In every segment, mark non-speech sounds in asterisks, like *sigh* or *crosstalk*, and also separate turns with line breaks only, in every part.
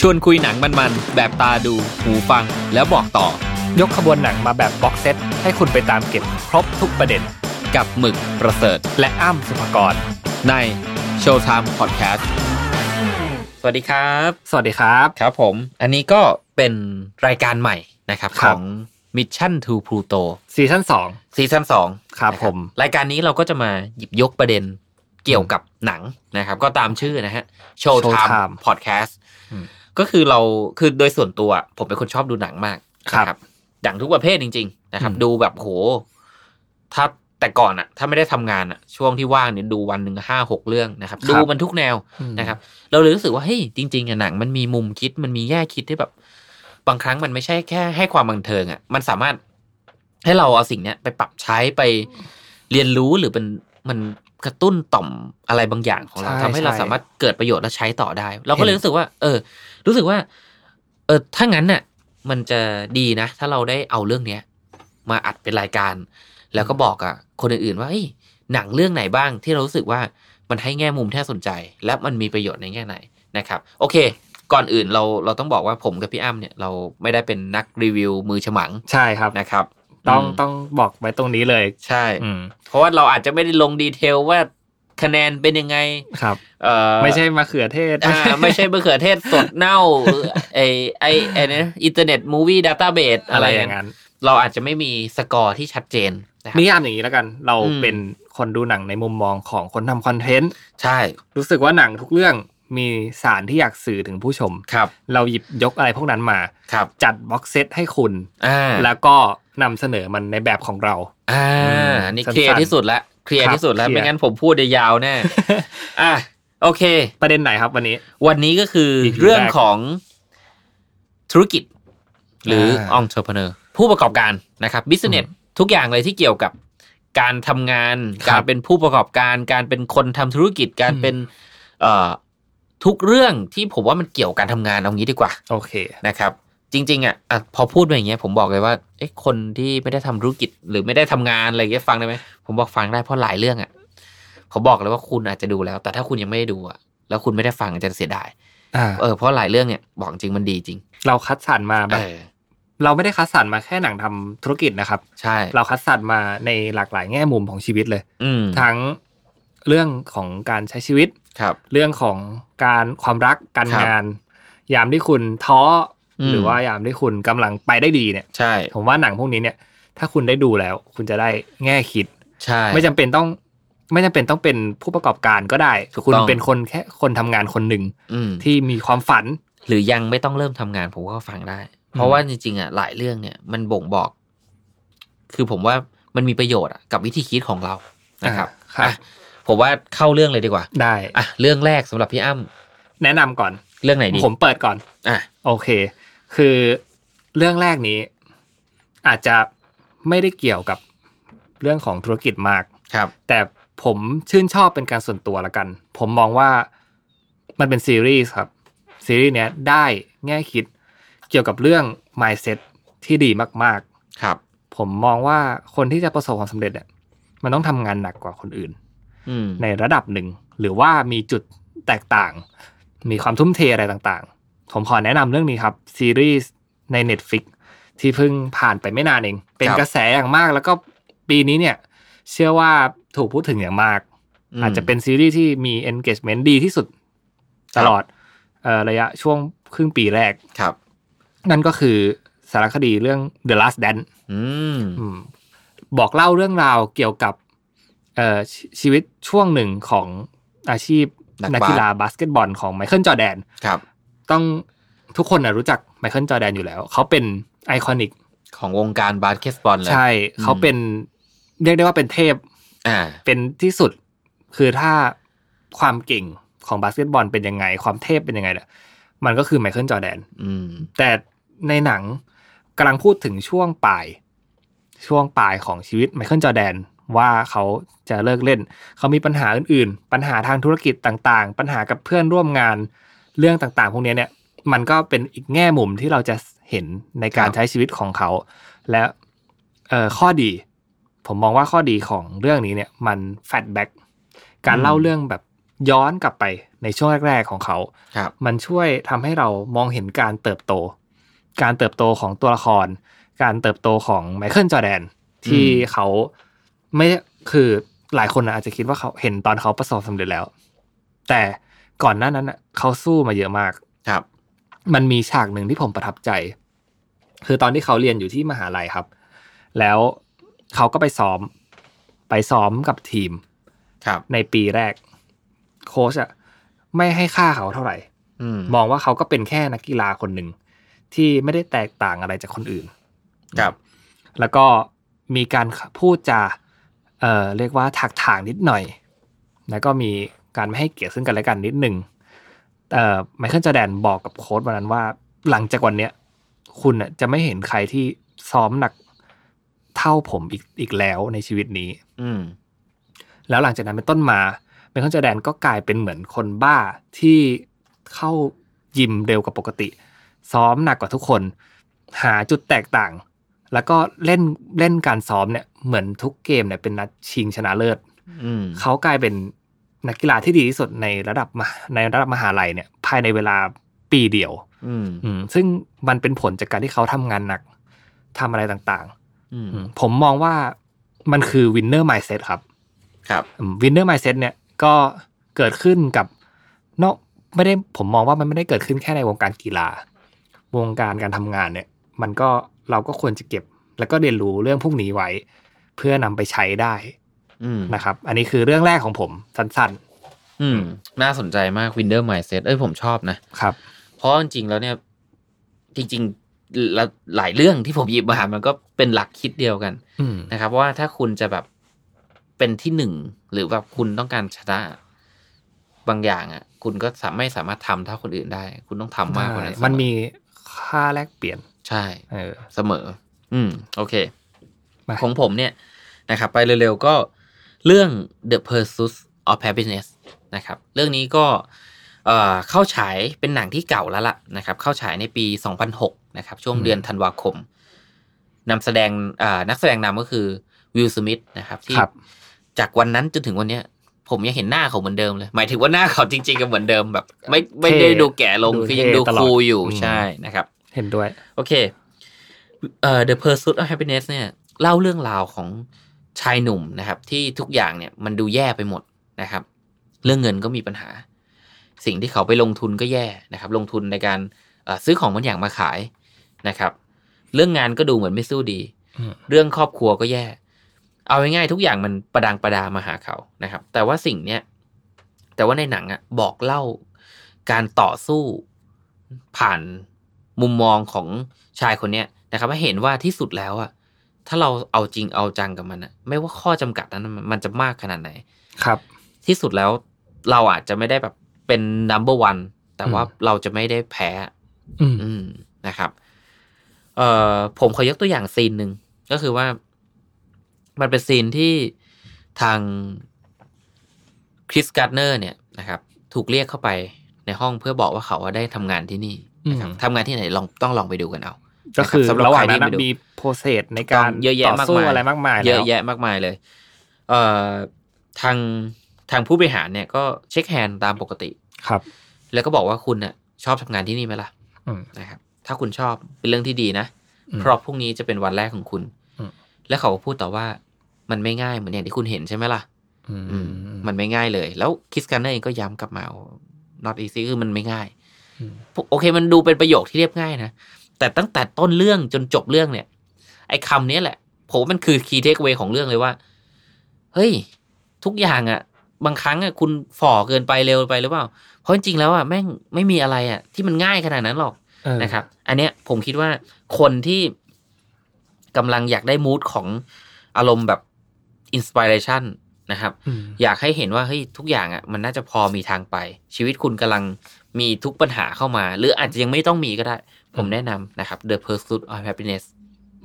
ชวนคุยหนังมันๆ แบบตาดู หูฟัง แล้วบอกต่อ
ยกขบวนหนังมาแบบบ็อกเซตให้คุณไปตามเก็บครบทุกประเด็น
กับหมึกประเสริฐ
และอ้ำสุภกร
ใน Showtime Podcast สวัสดีครับ
สวัสดีครับ
ครับผม อันนี้ก็เป็นรายการใหม่นะครับ
ค
ข
รับ
อง Mission to Pluto
ซีซั่นสอง
ซีซั่นสอง
ครับ
นะ
ผม
รายการนี้เราก็จะมาหยิบยกประเด็นเกี่ยวกับหนังนะครับ ก็ตามชื่อนะฮะ Showtime
Showtime
Podcast
อืม
ก็คือเราคือโดยส่วนตัว ผมเป็นคนชอบดูหนังมาก
ครับ
นะหนังทุกประเภทจริง ๆ นะครับ
อืม
ดูแบบโห ถ้าแต่ก่อนอะถ้าไม่ได้ทำงานอะช่วงที่ว่างเนี่ยดูวันหนึ่งห้าหกเรื่องนะครับ ดูมันทุกแนว นะครับเราเลยรู้สึกว่าเฮ้ยจริงๆอะหนังมันมีมุมคิดมันมีแง่คิดที่แบบ บางครั้งมันไม่ใช่แค่ให้ความบันเทิงอะมันสามารถให้เราเอาสิ่งเนี้ยไปปรับใช้ไปเรียนรู้หรือเป็นมันกระตุ้นต่อมอะไรบางอย่างของเรา
ใช่
ทำให้เรา
ใช่
สามารถเกิดประโยชน์และใช้ต่อได้ เราก็เลย
เห็น
รู้สึกว่า เออ รู้สึกว่า เออถ้างั้นน่ะ มันจะดีนะ ถ้าเราได้เอาเรื่องเนี้ย มาอัดเป็นรายการ แล้วก็บอกอะคนอื่นๆว่าเฮ้ยหนังเรื่องไหนบ้างที่เรารู้สึกว่ามันให้แง่มุมที่น่าสนใจ และมันมีประโยชน์ในแง่ไหนนะครับ โอเค ก่อนอื่นเราเราต้องบอกว่าผมกับพี่อ้ำเนี่ย เราไม่ได้เป็นนักรีวิวมือฉมัง
ใช่ครับ
นะครับ
ต้อง
ม
ต้องบอกไว้ตรงนี้เลย
ใช่
อืม
เพราะว่าเราอาจจะไม่ได้ลงดีเทลว่าคะแนนเป็นยังไง
ครับ
เอ่อ
ไม่ใช่มะเขือเทศ
อ่าไม่ใช่มะเขือเทศสดเน่าไอไอไอเนี่ยอินเทอร์เน็ตมูวี่ดัตต้าเบส
*laughs* อะ
อะไรไรอย่
อา
ย่าง งเงี้ย
นั้น
เราอาจจะไม่มีสกอร์ที่ชัดเจนนะครับ
นิยามอย่างนี้แล้วกัน เรา
อืม
เป็นคนดูหนังในมุมมองของคนทำคอนเทนต์
ใช่
รู้สึกว่าหนังทุกเรื่องมีสารที่อยากสื่อถึงผู้ชม
ครับ
เราหยิบยกอะไรพวกนั้นมา
ครับ
จัดบ็อกเซตให้คุณ
อ่า
แล้วก็นำเสนอมันในแบบของเรา
อ่า
อืม
อันนี่
สั้นๆ
เคลียร์ที่สุดละเคลียร์
ครับ
ที่สุดแล้ว
เคลียร์
ไม่งั้นผมพูดยาว
*laughs*
ๆแน่อ่ะโอเค
ประเด็นไหนครับวันนี้
วันนี้ก็คือ
EP
เรื่องของธุรกิจ หรืออ
า
entrepreneur ผู้ประกอบการนะครับ business ทุกอย่างเลยที่เกี่ยวกับการทำงาน
ครับ
การเป็นผู้ประกอบการ การเป็นคนทำธุรกิจ การ
อืม
เป็นเอ่อทุกเรื่องที่ผมว่ามันเกี่ยวกับการทำงานเอางี้ดีกว่า
โอเค
นะครับ จริง ๆอ่ะอ่ะพอพูดมาอย่างเงี้ยผมบอกเลยว่าเอ๊ะคนที่ไม่ได้ทำธุรกิจ หรือไม่ได้ทำงานอะไรเงี้ยฟังได้ไหมผมบอกฟังได้เพราะหลายเรื่องอ่ะผมบอกเลยว่าคุณอาจจะดูแล้ว แต่ถ้าคุณยังไม่ได้ดูอ่ะแล้วคุณไม่ได้ฟังอาจจะเสียดาย
อ่า
เออเพราะหลายเรื่องเนี่ยบอกจริงมันดีจริง
เราคัดสรรมาแบ
เอบ อ
เราไม่ได้คัดสรรมาแค่หนังทำธุรกิจนะครับ
ใช่
เราคัดสรรมาในหลากหลายแง่มุมของชีวิตเลย
อืม
ทั้งเรื่องของการใช้ชีวิต
ครับ
เรื่องของการความรักการ
ครับ
งาน ยามที่คุณท้ออ
ม
หรือว่ายามที่คุณกำลังไปได้ดีเนี่ย
ใช่
ผมว่าหนังพวกนี้เนี่ย ถ้าคุณได้ดูแล้ว คุณจะได้แง่คิด
ใช่
ไม่จำเป็นต้อง ไม่จำเป็นต้องเป็นผู้ประกอบการก็ได้
ถูก
คุณ
ต้อง
เป็นคนแค่คนทำงานคนหนึ่ง
อืม
ที่มีความฝัน
หรือยังไม่ต้องเริ่มทำงานผมก็ฟังได้ เพราะว่าจริงๆอ่ะหลายเรื่องเนี่ยมันบ่งบอก คือผมว่ามันมีประโยชน์อะกับวิธีคิดของเรานะครับ
อ่าครับ
อ่ะผมว่าเข้าเรื่องเลยดีกว่า
ได้
อ่ะเรื่องแรกสำหรับพี่อ้ำ
แนะนำก่อน
เรื่องไหนดี
ผมเปิดก่อน
อ่ะ
โอเค คือเรื่องแรกนี้ อาจจะไม่ได้เกี่ยวกับเรื่องของธุรกิจมาก
ครับ
แต่ผมชื่นชอบเป็นการส่วนตัวละกัน ผมมองว่ามันเป็นซีรีส์ครับ ซีรีส์เนี้ยได้แง่คิดเกี่ยวกับเรื่อง mindset ที่ดีมาก
ครับ
ๆ ผมมองว่าคนที่จะประสบความสำเร็จเนี่ยมันต้องทำงานหนักกว่าคนอื่น
อืม
ในระดับหนึ่ง หรือว่ามีจุดแตกต่าง มีความทุ่มเทอะไรต่างๆ ผมขอแนะนำเรื่องนี้ครับ ซีรีส์ใน Netflix ที่เพิ่งผ่านไปไม่นานเอง เป็นกระแสอย่างมากแล้วก็ปีนี้เนี่ย เชื่อว่าถูกพูดถึงอย่างมาก
ม
อาจจะเป็นซีรีส์ที่มี engagement ดีที่สุด
ครั
ต
บ
ลอดเอ่อระยะช่วงครึ่งปีแรก
ครับ
นั่นก็คือสารคดีเรื่อง The Last Dance
อืม
อืมบอกเล่าเรื่องราวเกี่ยวกับเอ่อชชีวิตช่วงหนึ่งของอาชีพนักกีฬาบาสเกตบอลของไมเคิลจอร์แดน
ครับ
ต้องทุกคนนะรู้จักไมเคิลจอร์แดนอยู่แล้ว เขาเป็นไอคอนิก
ของวงการบาสเกตบอลเลย
ใช่เขาเป็นเรียกได้ว่าเป็นเทพ
อ่า
เป็นที่สุด คือถ้าความเก่งของบาสเกตบอลเป็นยังไง ความเทพเป็นยังไงเนี่ยมันก็คือไมเคิลจอร์แดน
อืม
แต่ในหนังกำลังพูดถึงช่วงปลายช่วงปลายของชีวิตไมเคิลจอร์แดนว่าเขาจะเลิกเล่น เขามีปัญหาอื่นๆ ปัญหาทางธุรกิจต่างๆ ปัญหากับเพื่อนร่วมงานเรื่องต่างๆ พวกเนี้ยเนี่ยมันก็เป็นอีกแง่มุมที่เราจะเห็นในกา
ค
ร
รับ
ใช้ชีวิตของเขา และเอ่อข้อดี ผมมองว่าข้อดีของเรื่องนี้เนี่ยมันแฟลชแบ็กการเล่าเรื่องแบบย้อนกลับไป ในช่วงแรก ๆ ของเขา
ครับ
มันช่วยทำให้เรามองเห็นการเติบโต การเติบโตของตัวละคร การเติบโตของไมเคิลจอร์แดนที่
อืม
เขาไม่คือหลายคนน่ะอาจจะคิดว่าเขาเห็นตอนเขาประสบความสำเร็จแล้ว แต่ก่อนหน้านั้นน่ะเขาสู้มาเยอะมาก
ครับ
มันมีฉากหนึ่งที่ผมประทับใจ คือตอนที่เขาเรียนอยู่ที่มหาลัยครับ แล้วเขาก็ไปซ้อม ไปซ้อมกับทีม
ครับ
ในปีแรก โค้ชอะไม่ให้ค่าเขาเท่าไหร่
อืม
มองว่าเขาก็เป็นแค่นักกีฬาคนหนึ่งที่ไม่ได้แตกต่างอะไรจากคนอื่น
ครับ
แล้วก็มีการพูดจาเอ่อเรียกว่าถักถางนิดหน่อย แล้วก็มีการไม่ให้เกียรติซึ่งกันและกันนิดหนึ่งเอ่อไมเคิลจอร์แดนบอกกับโค้ชวันนั้นว่า หลังจากวันเนี้ย คุณน่ะจะไม่เห็นใครที่ซ้อมหนักเท่าผมอีกอีกแล้วในชีวิตนี้
อืม
แล้วหลังจากนั้นเป็นต้นมาไมเคิลจอร์แดนก็กลายเป็นเหมือนคนบ้าที่เข้ายิมเร็วกว่าปกติ ซ้อมหนักกว่าทุกคน หาจุดแตกต่าง แล้วก็เล่นเล่นการซ้อมเนี่ยเหมือนทุกเกมเนี่ยเป็นนัดชิงชนะเลิศ
อืม
เขากลายเป็นนักกีฬาที่ดีที่สุดในระดับมหาในระดับมหาลัยเนี่ยภายในเวลาปีเดียว
อืม
อืมซึ่งมันเป็นผลจากการที่เขาทำงานหนักทำอะไรต่าง
อื
ๆ
ม
อืมผมมองว่ามันคือวินเนอร์ไมเซ็ตครับ
ครับ
วินเนอร์ไมเซ็ตเนี่ยก็เกิดขึ้นกับเนาะไม่ได้ผมมองว่ามันไม่ได้เกิดขึ้นแค่ในวงการกีฬา วงการการทำงานเนี่ย มันก็เราก็ควรจะเก็บ แล้วก็เรียนรู้เรื่องพวกนี้ไว้ เพื่อนำไปใช้ได้
อืม
นะครับ อันนี้คือเรื่องแรกของผมสั้น
อืมน่าสนใจมาก Windows Mindset เอ้ยผมชอบนะ
ๆครับ
เพราะจริงๆแล้วเนี่ย จริงๆละหลายเรื่องที่ผมหยิบมามันก็เป็นหลักคิดเดียวกัน
อืม
นะครับว่าถ้าคุณจะแบบเป็นที่หนึ่ง หรือแบบคุณต้องการชนะบางอย่างอ่ะ คุณก็สามไม่สามารถทำเท่าคนอื่นได้ คุณต้องทำมากกว่านั้นเสอ
มันมีค่าแลกเปลี่ยน
ใช่
เออ
เสมอ อืม โอเค
มา
ของผมเนี่ยนะครับ ไปเร็วๆก็เรื่อง The Pursuit of Happiness นะครับ เรื่องนี้ก็เอ่อเข้าฉายเป็นหนังที่เก่าแล้วล่ะนะครับ เข้าฉายในปี 2006 นะครับ ช่วงเดือนธันวาคมนำแสดงอ่านักแสดงนำก็คือวิลสมิธนะครับ ที่
ครับ
จากวันนั้นจนถึงวันเนี้ย ผมยังเห็นหน้าเขาเหมือนเดิมเลย หมายถึงว่าหน้าเขาจริง ๆก็เหมือนเดิมแบบ ไม่ไม่ได้ดูแก่ลง
ดู
คือยังดู
เท่ตลอด
คูลอยู่
อืม
ใช่นะครับ
เห็นด้วย
โอเค เอ่อ The Pursuit of Happiness เนี่ย เล่าเรื่องราวของชายหนุ่มนะครับ ที่ทุกอย่างเนี่ยมันดูแย่ไปหมดนะครับ เรื่องเงินก็มีปัญหา สิ่งที่เขาไปลงทุนก็แย่นะครับ ลงทุนในการเอ่อซื้อของบางอย่างมาขายนะครับ เรื่องงานก็ดูเหมือนไม่สู้ดี
อืม
เรื่องครอบครัวก็แย่ เอาง่ายๆทุกอย่างมันประดังประดามาหาเขานะครับ แต่ว่าสิ่งเนี้ยแต่ว่าในหนังอะบอกเล่าการต่อสู้ผ่านมุมมองของชายคนเนี้ยนะครับให้เห็นว่าที่สุดแล้วอะถ้าเราเอาจริงเอาจังกับมันอะไม่ว่าข้อจำกัดนั้นมันมันจะมากขนาดไหน
ครับ
ที่สุดแล้วเราอาจจะไม่ได้แบบเป็น number one แต่ว่า
อืม
เราจะไม่ได้แพ้
อืม
อืมนะครับ เอ่อผมขอยกตัวอย่างซีนหนึ่งก็คือว่า มันเป็นซีนที่ทางคริสการ์เนอร์เนี่ยนะครับ ถูกเรียกเข้าไปในห้องเพื่อบอกว่าเขาว่าได้ทำงานที่นี่นะครับ
อืม
ทำงานที่ไหนลองต้องลองไปดูกันเอา
ก็คือ
สำหรับ
ระหว่าง
ใครที่
นั้นนะ
ไปดู
มีโปรเซสในการ
เยอะแยะ
ต่อ
มาก
สู้
มาย
อะไรมากมาย
เยอะ
แล้ว
แยะมากมายเลย เอ่อทางทางผู้บริหารเนี่ยก็เช็คแฮนด์ตามปกติ
ครับ
แล้วก็บอกว่าคุณน่ะ ชอบทำงานที่นี่ไหมล่ะ
อืม
นะครับถ้าคุณชอบเป็นเรื่องที่ดีนะ
อืม
เพราะพรุ่งนี้จะเป็นวันแรกของคุณ
อืม
และเขาก็พูดต่อว่ามันไม่ง่ายเหมือนอย่างที่คุณเห็นใช่ไหมล่ะ
อืม
มันไม่ง่ายเลย แล้วคิสกันเนอร์เองก็ย้ำกลับมาว่า not easy คือมันไม่ง่าย
อืม
โอเค มันดูเป็นประโยคที่เรียบง่ายนะ แต่ตั้งแต่ต้นเรื่องจนจบเรื่องเนี่ย ไอ้คำเนี้ยแหละผมว่ามันคือ key takeaway ของเรื่องเลยว่า เฮ้ย ทุกอย่างอะบางครั้งอะคุณฝ่อเกินไปเร็วไปหรือเปล่า เพราะจริงๆแล้วอะแม่งไม่มีอะไรอะที่มันง่ายขนาดนั้นหรอก
เออ
นะครับ อันเนี้ยผมคิดว่าคนที่กำลังอยากได้มูดของอารมณ์แบบอินสปิเรชันนะครับ
อืม
อยากให้เห็นว่าเฮ้ยทุกอย่างอะ่ะมันน่าจะพอมีทางไป ชีวิตคุณกำลังมีทุกปัญหาเข้ามา หรืออาจจะยังไม่ต้องมีก็ได้ ผมแนะนำนะครับ The Pursuit of Happiness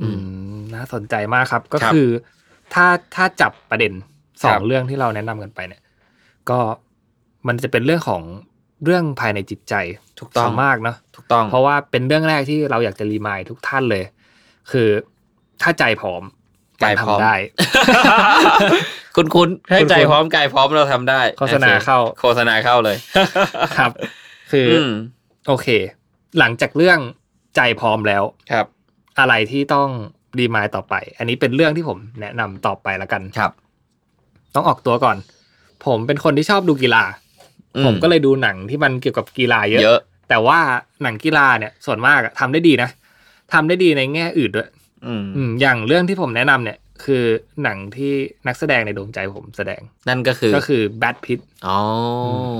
อื
อื
ม
มน่าสนใจมากครับก็
ครับ
คือถ้าถ้าจับประเด็นส
ค
อ
รั
ง
บ
เรื่องที่เราแนะนำกันไปเนี่ย ก็มันจะเป็นเรื่องของเรื่องภายในจิตใจ
ถูกต้อง
ส่วนมากเนาะ
ถูกต้อง
เพราะว่าเป็นเรื่องแรกที่เราอยากจะรีมายทุกท่านเลย คือถ้าใจผอม
กายพร้อม
ทำได้
*laughs* คุณคุณให้ใจ
คุ้นๆ
พร้อมกายพร้อมเราทำได้
โฆษณา
อ
เข้า
โฆษณาเข้าเลย
ครับ คืออ
ม
โอเค หลังจากเรื่องใจพร้อมแล้ว
ครับ
อะไรที่ต้องรีมายต่อไป อันนี้เป็นเรื่องที่ผมแนะนำต่อไปละกัน
ครับ
ต้องออกตัวก่อน ผมเป็นคนที่ชอบดูกีฬา
อื
ผมก็เลยดูหนังที่มันเกี่ยวกับกีฬาเยอะ
เยอะ
แต่ว่าหนังกีฬาเนี่ยส่วนมากอะทำได้ดีนะทำได้ดีในแง่อื่นด้วย
อืม
อืมอย่างเรื่องที่ผมแนะนำเนี่ย คือหนังที่นักแสดงในดวงใจผมแสดง
นั่นก็คือ
ก็คือแบทพิท
อ๋ออ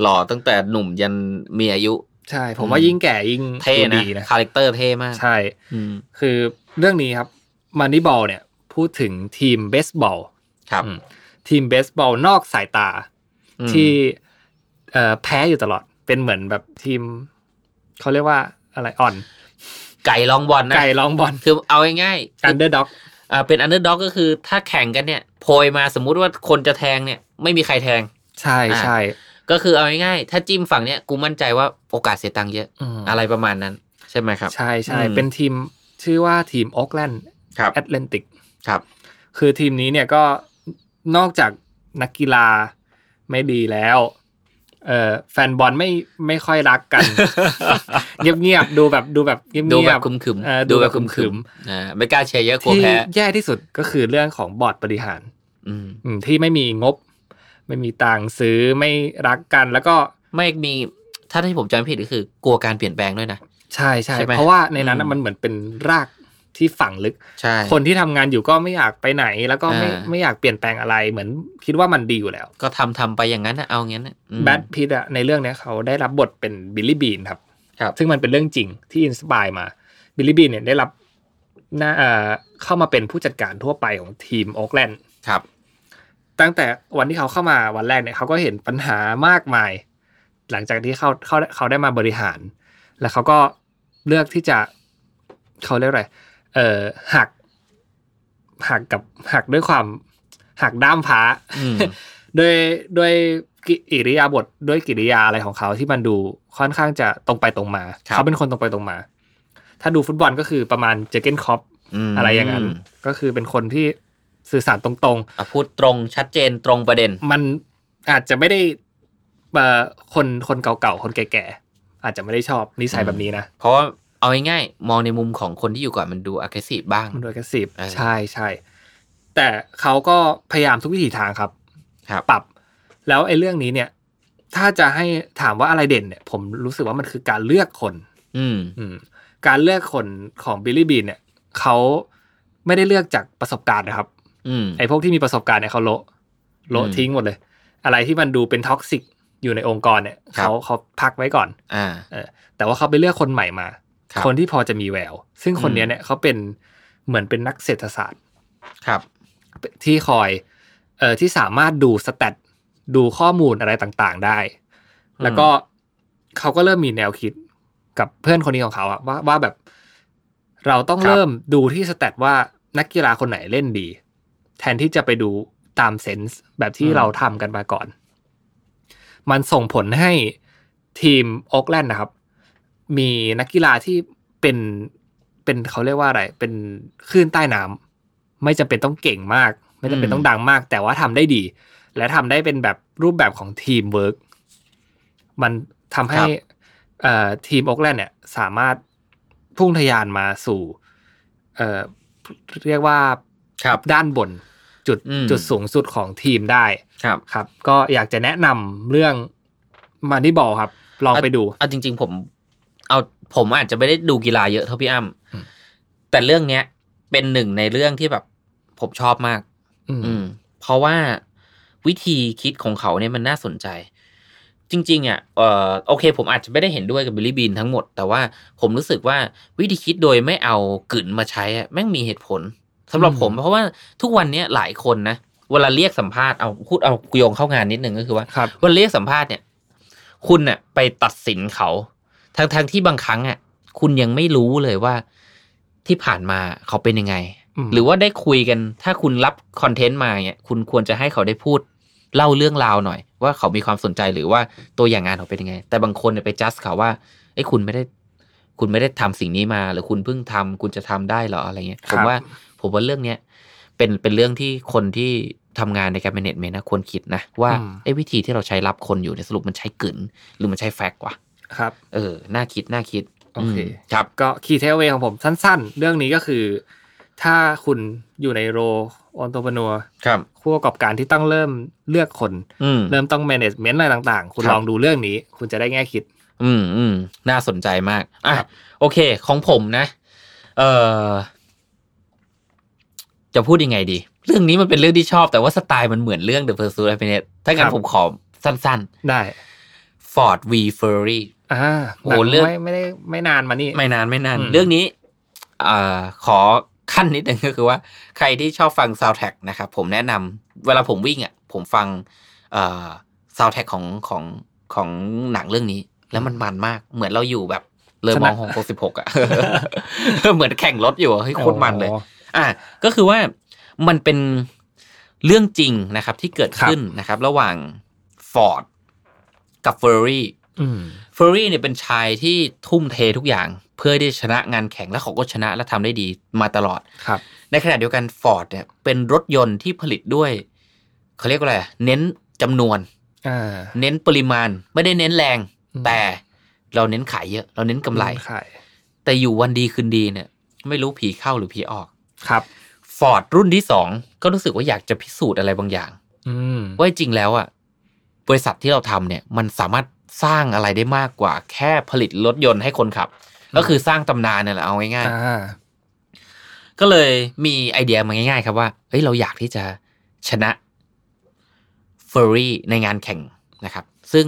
หล่อตั้งแต่หนุ่มยันมีอายุ
ใช่ ผ
อื
ม
ม
ว่ายิ่งแก่ยิ่ง
เท่
ดู
นะ
ดีนะ
คาแรคเตอร์เท่มาก
ใช่
อืม
คือเรื่องนี้ครับมันนี่บอลเนี่ย พูดถึงทีมเบสบอล
ครับ
อืมทีมเบสบอลนอกสายตา ที่เอ่อแพ้อยู่ตลอดเป็นเหมือนแบบทีม เขาเรียกว่าอะไรอ่อน
ไก่ลองบอลนะ
ไก่ร้องบอล
คือเอาง่ายๆ
อั
คื
น
อ
เดอร์ด็อก
อ่าเป็นอันเดอร์ด็อกก็คือถ้าแข่งกันเนี่ยโพยมาสมมุติว่าคนจะแทงเนี่ย ไม่มีใครแทง
ใช่ใช่
ก็คือเอาง่ายๆถ้าจิ้มฝั่งเนี้ยกูมั่นใจว่าโอกาสเสียตังค์เยอะ
อืม
อะไรประมาณนั้น ใช่ไหมครับ
ใช่ใช่
อืม
เป็นทีมชื่อว่าทีมโอ๊กแลนด์
ครับ
แอตแลนติก
ครับ
คือทีมนี้เนี่ยก็นอกจากนักกีฬาไม่ดีแล้ว เอ่อแฟนบอลไม่ไม่ค่อยรัก *laughs* กัน เงียบๆดูแบบดูแบบเงียบๆ
ดูแบบคุมขึม
เอ่อ
ๆ
ดูแบบคุมขึม
ๆอ่าไม่กล้าเชียร์เยอะกลัว
ที่
แพ้
แย่ที่สุดก็คือเรื่องของบอร์ดบริหาร
อืม
อืมที่ไม่มีงบ ไม่มีตังค์ซื้อไม่รักกัน แล้วก็
ไม่มีถ้าที่ผมจำไม่ผิดก็คือกลัวการเปลี่ยนแปลงด้วยนะ
ใช่ใช่
ใช่ไหม
เพราะว่าในนั้นน่ะ
อืม
มันเหมือนเป็นรากที่ฝังลึก
ใช่
คนที่ทำงานอยู่ก็ไม่อยากไปไหน แล้วก็ไม่
อ่า
ไม่อยากเปลี่ยนแปลงอะไร เหมือนคิดว่ามันดีอยู่แล้ว
ก็ทำทำไปอย่างนั้นนะเอางั้นนะอืม
แบทพิทอะในเรื่องเนี้ยเขาได้รับบทเป็นบิลลี่บีนครับ
ครับ
ซึ่งมันเป็นเรื่องจริงที่อินสปายมาบิลลี่บีนเนี่ยได้รับหน้าเอ่อเข้ามาเป็นผู้จัดการทั่วไปของทีมโอ๊กแลนด์
ครับ
ตั้งแต่วันที่เขาเข้ามาวันแรกเนี่ยเขาก็เห็นปัญหามากมาย หลังจากที่เขาเขาเขาได้มาบริหาร แล้วเขาก็เลือกที่จะเขาเรียกอะไรเอ่อหักหักกับหักด้วยความหักด้ามพระ
อืม
ด้วยด้วยกิริยาบทด้วยกิริยาอะไรของเขาที่มันดูค่อนข้างจะตรงไปตรงมา
ครับ
เขาเป็นคนตรงไปตรงมา ถ้าดูฟุตบอลก็คือประมาณเจเกนคอป
ม
อะไรอย่างนั้น ก็คือเป็นคนที่สื่อสารตรง
อ่ะพูดตรงชัดเจนตรงประเด็น
ๆ มันอาจจะไม่ได้เอ่อคนคนเก่าๆ คนแก่ๆ อาจจะไม่ได้ชอบนิสัยแบบนี้นะ
เพราะว่าเอาง่ายๆมองในมุมของคนที่อยู่ก่อนมันดู agressive บ้าง
มันโดยกระสิบ
เออ
ใช่ใช่แต่เขาก็พยายามทุกวิถีทางครับ
ครับ
ปรับ แล้วไอ้เรื่องนี้เนี่ย ถ้าจะให้ถามว่าอะไรเด่นเนี่ย ผมรู้สึกว่ามันคือการเลือกคน
อืม
อืมการเลือกคนของบิลลี่บีนเนี่ยเขาไม่ได้เลือกจากประสบการณ์นะครับ
อืม
ไอ้พวกที่มีประสบการณ์เนี่ยเขาโละโละ
อืม
ทิ้งหมดเลย อะไรที่มันดูเป็นท็อกซิกอยู่ในองค์กรเนี่ย
ครับ
เขาเขาพักไว้ก่อน
อ่า
แต่ว่าเขาไปเลือกคนใหม่มา
ครับ
คนที่พอจะมีแวว ซึ่งคนเนี้ยเนี่ยเขาเป็นเหมือนเป็นนักเศรษฐศาสตร์
ครับ
ที่คอยเอ่อที่สามารถดูสแตทดูข้อมูลอะไรต่างๆได้
อืม
แล้วก็เขาก็เริ่มมีแนวคิดกับเพื่อนคนนี้ของเขาอะว่าว่าแบบ เราต้องเริ่มดูที่สแตทว่านักกีฬาคนไหนเล่นดี แทนที่จะไปดูตามเซนส์แบบที่เราทำกันมาก่อน มันส่งผลให้ทีมโอ๊กแลนด์นะครับ มีนักกีฬาที่เป็นเป็นเขาเรียกว่าอะไร เป็นคลื่นใต้น้ำไม่จำเป็นต้องเก่งมาก ไม่จำเป็น
อืม
ต้องดังมาก แต่ว่าทำได้ดี และทำได้เป็นแบบรูปแบบของทีมเวิร์กมันทำให้เอ่อทีมโอ๊กแลนด์เนี่ย สามารถพุ่งทะยานมาสู่เอ่อเรียกว่า
ครับ
ด้านบนจุด
อืม
จุดสูงสุดของทีมได้
ครับ
ครับ ก็อยากจะแนะนำเรื่องมานี่บอลครับ ลองไปดู
เอาจริง ๆ ผม เอาผมอาจจะไม่ได้ดูกีฬาเยอะเท่าพี่อ้ำ
อืม
แต่เรื่องเนี้ย เป็นหนึ่งในเรื่องที่แบบ ผมชอบมาก
อืม
อืม เพราะว่าวิธีคิดของเขาเนี่ยมันน่าสนใจ จริง ๆ อ่ะเอ่อโอเค ผมอาจจะไม่ได้เห็นด้วยกับบิลลี่บีนทั้งหมด แต่ว่าผมรู้สึกว่าวิธีคิดโดยไม่เอากลืนมาใช้อะแม่งมีเหตุผลสำหรับผม เพราะว่าทุกวันเนี้ยหลายคนนะเวลาเรียกสัมภาษณ์เอาพูดเอาโยงเข้างานนิดนึงก็คือว่า
ครับ
วันเรียกสัมภาษณ์เนี่ย คุณน่ะไปตัดสินเขาทั้งทงๆที่บางครั้งอ่ะคุณยังไม่รู้เลยว่าที่ผ่านมาเขาเป็นยังไง
ม
หรือว่าได้คุยกันถ้าคุณรับคอนเทนต์มาเนี่ยคุณควรจะให้เขาได้พูดเล่าเรื่องราวหน่อย ว่าเขามีความสนใจหรือว่าตัวอย่างงานเขาเป็นยังไง แต่บางคนเนี่ยไปจัดเขาว่าไอ้ยคุณไม่ได้ คุณไม่ได้ทำสิ่งนี้มา หรือคุณเพิ่งทำคุณจะทำได้เหรออะไรเงี้ยผมว่า ผม ผมว่าเรื่องเนี้ยเป็นเป็นเรื่องที่คนที่ทำงานในการแมネจเมนต์นะควรคิดนะ ว่า
อืม
ไอ้วิธีที่เราใช้รับคนอยู่เนี่ยสรุปมันใช้กลืนหรือมันใช้แฟกต์วะ
ครับ
เออ น่าคิดน่าคิด
โอเค
มครับ
ก็คีย์เทเวของผมสั้นๆ เรื่องนี้ก็คือ ถ้าคุณอยู่ในโรออนโตปนัว
ครับ
ผู้ประกอบการที่ต้องเริ่มเลือกคน
อืม
เริ่มต้อง management อะไรต่างๆ คุณ
ครับ
ลองดูเรื่องนี้ คุณจะได้แง่คิด
อืมอืมน่าสนใจมาก อ่ะ
ครับ
โอเค ของผมนะ เออจะพูดยังไงดี เรื่องนี้มันเป็นเรื่องที่ชอบ แต่ว่าสไตล์มันเหมือนเรื่อง The Pursuit of Happiness ถ้างั้นผมขอสั้น
ได้
ๆ Ford V Ferrari
อ่า
โอ้เรื่อง
ไม่ไม่ได้ไม่นานมานี่
ไม่นานไม่นาน
อืม
เรื่องนี้เอ่อขอขั้นนิดนึงก็คือว่า ใครที่ชอบฟังซาวแท็กนะครับผมแนะนำเวลาผมวิ่งอ่ะ ผมฟังเอ่อซาวแท็กของของของหนังเรื่องนี้ แล้วมันมันมาก เหมือนเราอยู่แบบเลยมองหงหกสิบหกอ่ะ *laughs* เหมือนแข่งรถอยู่อะเฮ้ยโคตรมันเลย
อ๋อ
อ่ะก็คือว่ามันเป็นเรื่องจริงนะครับที่เกิด
ครับ
ขึ้นนะครับ ระหว่าง Ford กับ Ferrari
อืม
เฟอร์รี่เนี่ยเป็นชายที่ทุ่มเททุกอย่าง เพื่อที่จะชนะงานแข่งและเขาก็ชนะและทำได้ดีมาตลอด
ครับ
ในขณะเดียวกันฟอร์ดเนี่ยเป็นรถยนต์ที่ผลิตด้วย เขาเรียกว่าอะไรอะเน้นจำนวน
อ่า
เน้นปริมาณ ไม่ได้เน้นแรง
อืม
แต่เราเน้นขายเยอะ เราเน้นกำไร
ขาย
แต่อยู่วันดีคืนดีเนี่ย ไม่รู้ผีเข้าหรือผีออก
ครับ
ฟอร์ดรุ่นที่สองก็รู้สึกว่าอยากจะพิสูจน์อะไรบางอย่าง
อืม
ว่าจริงแล้วอะบริษัทที่เราทำเนี่ย มันสามารถสร้างอะไรได้มากกว่า แค่ผลิตรถยนต์ให้คนขับ ก็คือสร้างตำนานเนี่ยแหละเอาง่าย
อ่า
ๆ ก็เลยมีไอเดียมาง่ายๆ ครับว่าเฮ้ยเราอยากที่จะชนะเฟอร์รี่ในงานแข่งนะครับ ซึ่ง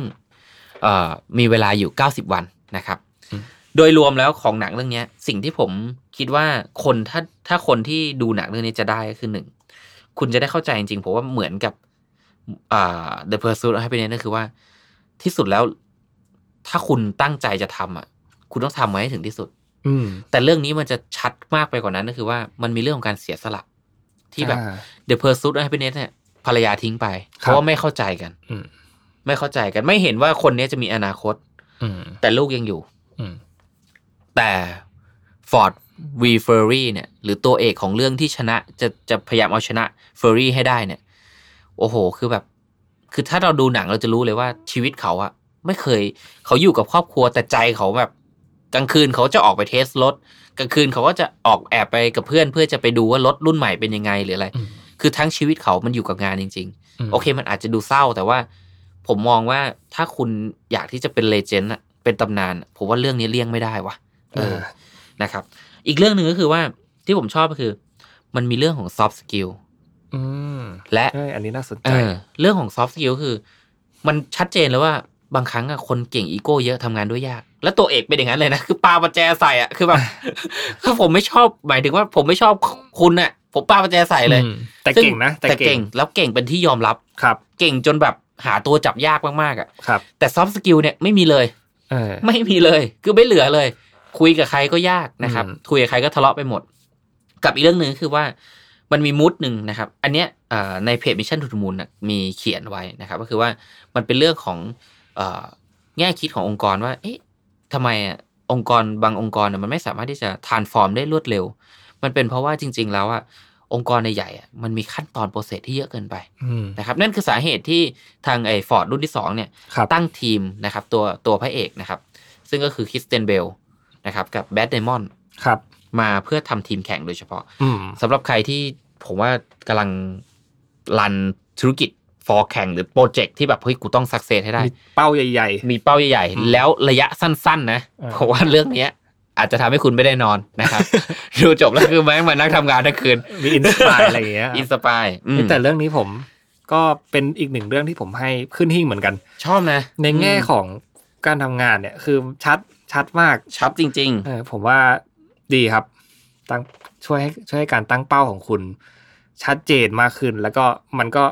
เอ่อมีเวลาอยู่ 90 วันนะครับ
อืม
โดยรวมแล้วของหนังเรื่องเนี้ย สิ่งที่ผมคิดว่าคนถ้าถ้าคนที่ดูหนังเรื่องนี้จะได้ก็คือหนึ่ง คุณจะได้เข้าใจจริงๆผมว่าเหมือนกับอ่า The Pursuit of Happiness ก็คือว่าที่สุดแล้ว ถ้าคุณตั้งใจจะทำอ่ะ คุณต้องทำไว้ให้ถึงที่สุด
อืม
แต่เรื่องนี้มันจะชัดมากไปกว่านั้นก็คือว่ามันมีเรื่องของการเสียสละที่แบบ
อ่า
The Pursuit of Happiness เนี่ยภรรยาทิ้งไป
ค
เพ
รับ
ราะว่าไม่เข้าใจกัน
อืม
ไม่เข้าใจกัน ไม่เห็นว่าคนนี้จะมีอนาคต
อืม
แต่ลูกยังอยู่
อืม
แต่ Ford V Ferrari เนี่ย หรือตัวเอกของเรื่องที่ชนะจะจะพยายามเอาชนะ Ferrari ให้ได้เนี่ย โอ้โห คือแบบ คือถ้าเราดูหนังเราจะรู้เลยว่าชีวิตเขาอะไม่เคยเขาอยู่กับครอบครัวแต่ใจเขาแบบ กลางคืนเขาจะออกไปเทสรถกลางคืนเขาก็จะออกแอบไปกับเพื่อน เพื่อจะไปดูว่ารถรุ่นใหม่เป็นยังไงหรืออะไร
อืม
คือทั้งชีวิตเขามันอยู่กับงานจริง ๆ โอเคมันอาจจะดูเศร้า แต่ว่าผมมองว่าถ้าคุณอยากที่จะเป็นเลเจนด์อะเป็นตำนานอะผมว่าเรื่องนี้เลี่ยงไม่ได้ว่ะเออ
อ่า
นะครับ อีกเรื่องหนึ่งก็คือว่าที่ผมชอบก็คือ มันมีเรื่องของ soft skill
อืม
และ
เอ้ยอันนี้น่าสน
เอ
ใจ
อเรื่องของ soft skill คือ มันชัดเจนแล้วว่าบางครั้งอะคนเก่งอีโก้เยอะทำงานด้วยยาก แล้วตัวเอกเป็นอย่างนั้นเลยนะ คือปาประแจใส่อะคือแบบ
*laughs*
ถ้าผมไม่ชอบหมายถึงว่าผมไม่ชอบคุณอะผมปาประแจใส่เลย
อืมแต่
ซึ่
เก่งนะ แต่
แต่
เก่
เก่
ง
งแล้วเก่งเป็นที่ยอมรับ
ครับ
เก่งจนแบบหาตัวจับยากมากๆอะ
ครับ
แต่ soft skill เนี่ยไม่มีเลย
เออ
*laughs* ไม่มีเลย คือไม่เหลือเลย คุยกับใครก็ยากนะครับ
อืม
คุยกับใครก็ทะเลาะไปหมด กับอีกเรื่องหนึ่งคือว่ามันมีมูดหนึ่งนะครับ อันเนี้ยเอ่อในเพจมิชชั่นทูทูมูลมีเขียนไว้นะครับ ก็คือว่ามันเป็นเรื่องของเอ่อแง่คิดขององค์กรว่า เอ๊ะทำไมอะองค์กรบางองค์กรน่ะมันไม่สามารถที่จะทานฟอร์มได้รวดเร็ว มันเป็นเพราะว่าจริง ๆ แล้วอะองค์กรใหญ่ๆอะมันมีขั้นตอนโปรเซสที่เยอะเกินไป
อืม
นะครับ นั่นคือสาเหตุที่ทางไอ้ฟอร์ดรุ่นที่สองเนี่ย
ครับ
ตั้งทีมนะครับตัวตัวพระเอกนะครับ ซึ่งก็คือคริสเตยนเบลนะครับกับแบดเดมอน
ครับ
มาเพื่อทำทีมแข่งโดยเฉพาะ
อืม
สำหรับใครที่ผมว่ากำลังรันธุรกิจฟอร์แข่งหรือโปรเจกต์ที่แบบเฮ้ยกูต้องสักเซสให้ได้
มีเป้าใหญ่
มีเป้าใหญ่
อืม
ๆ แล้วระยะสั้น ๆ นะ
เออ
เพราะว่าเรื่องเนี้ย อาจจะทำให้คุณไม่ได้นอน
*laughs*
นะครับ ดูจบแล้วคือแม่งมานั่งทำงานทั้งคืน
ๆ มีอินสปายอะไรอย่างเงี้ย
อินสปายอืม
แต่เรื่องนี้ผมก็เป็นอีกหนึ่งเรื่องที่ผมให้ขึ้นหิ้งเหมือนกัน
ชอบนะ
ในแง่
อืม
ของการทำงานเนี่ย คือชัดชัดมาก
ชับจริง
เออผมว่าดีครับ ตั้งช่วยให้ช่วยให้การตั้งเป้าของคุณ ชัดเจนมากขึ้น แล้วก็มันก็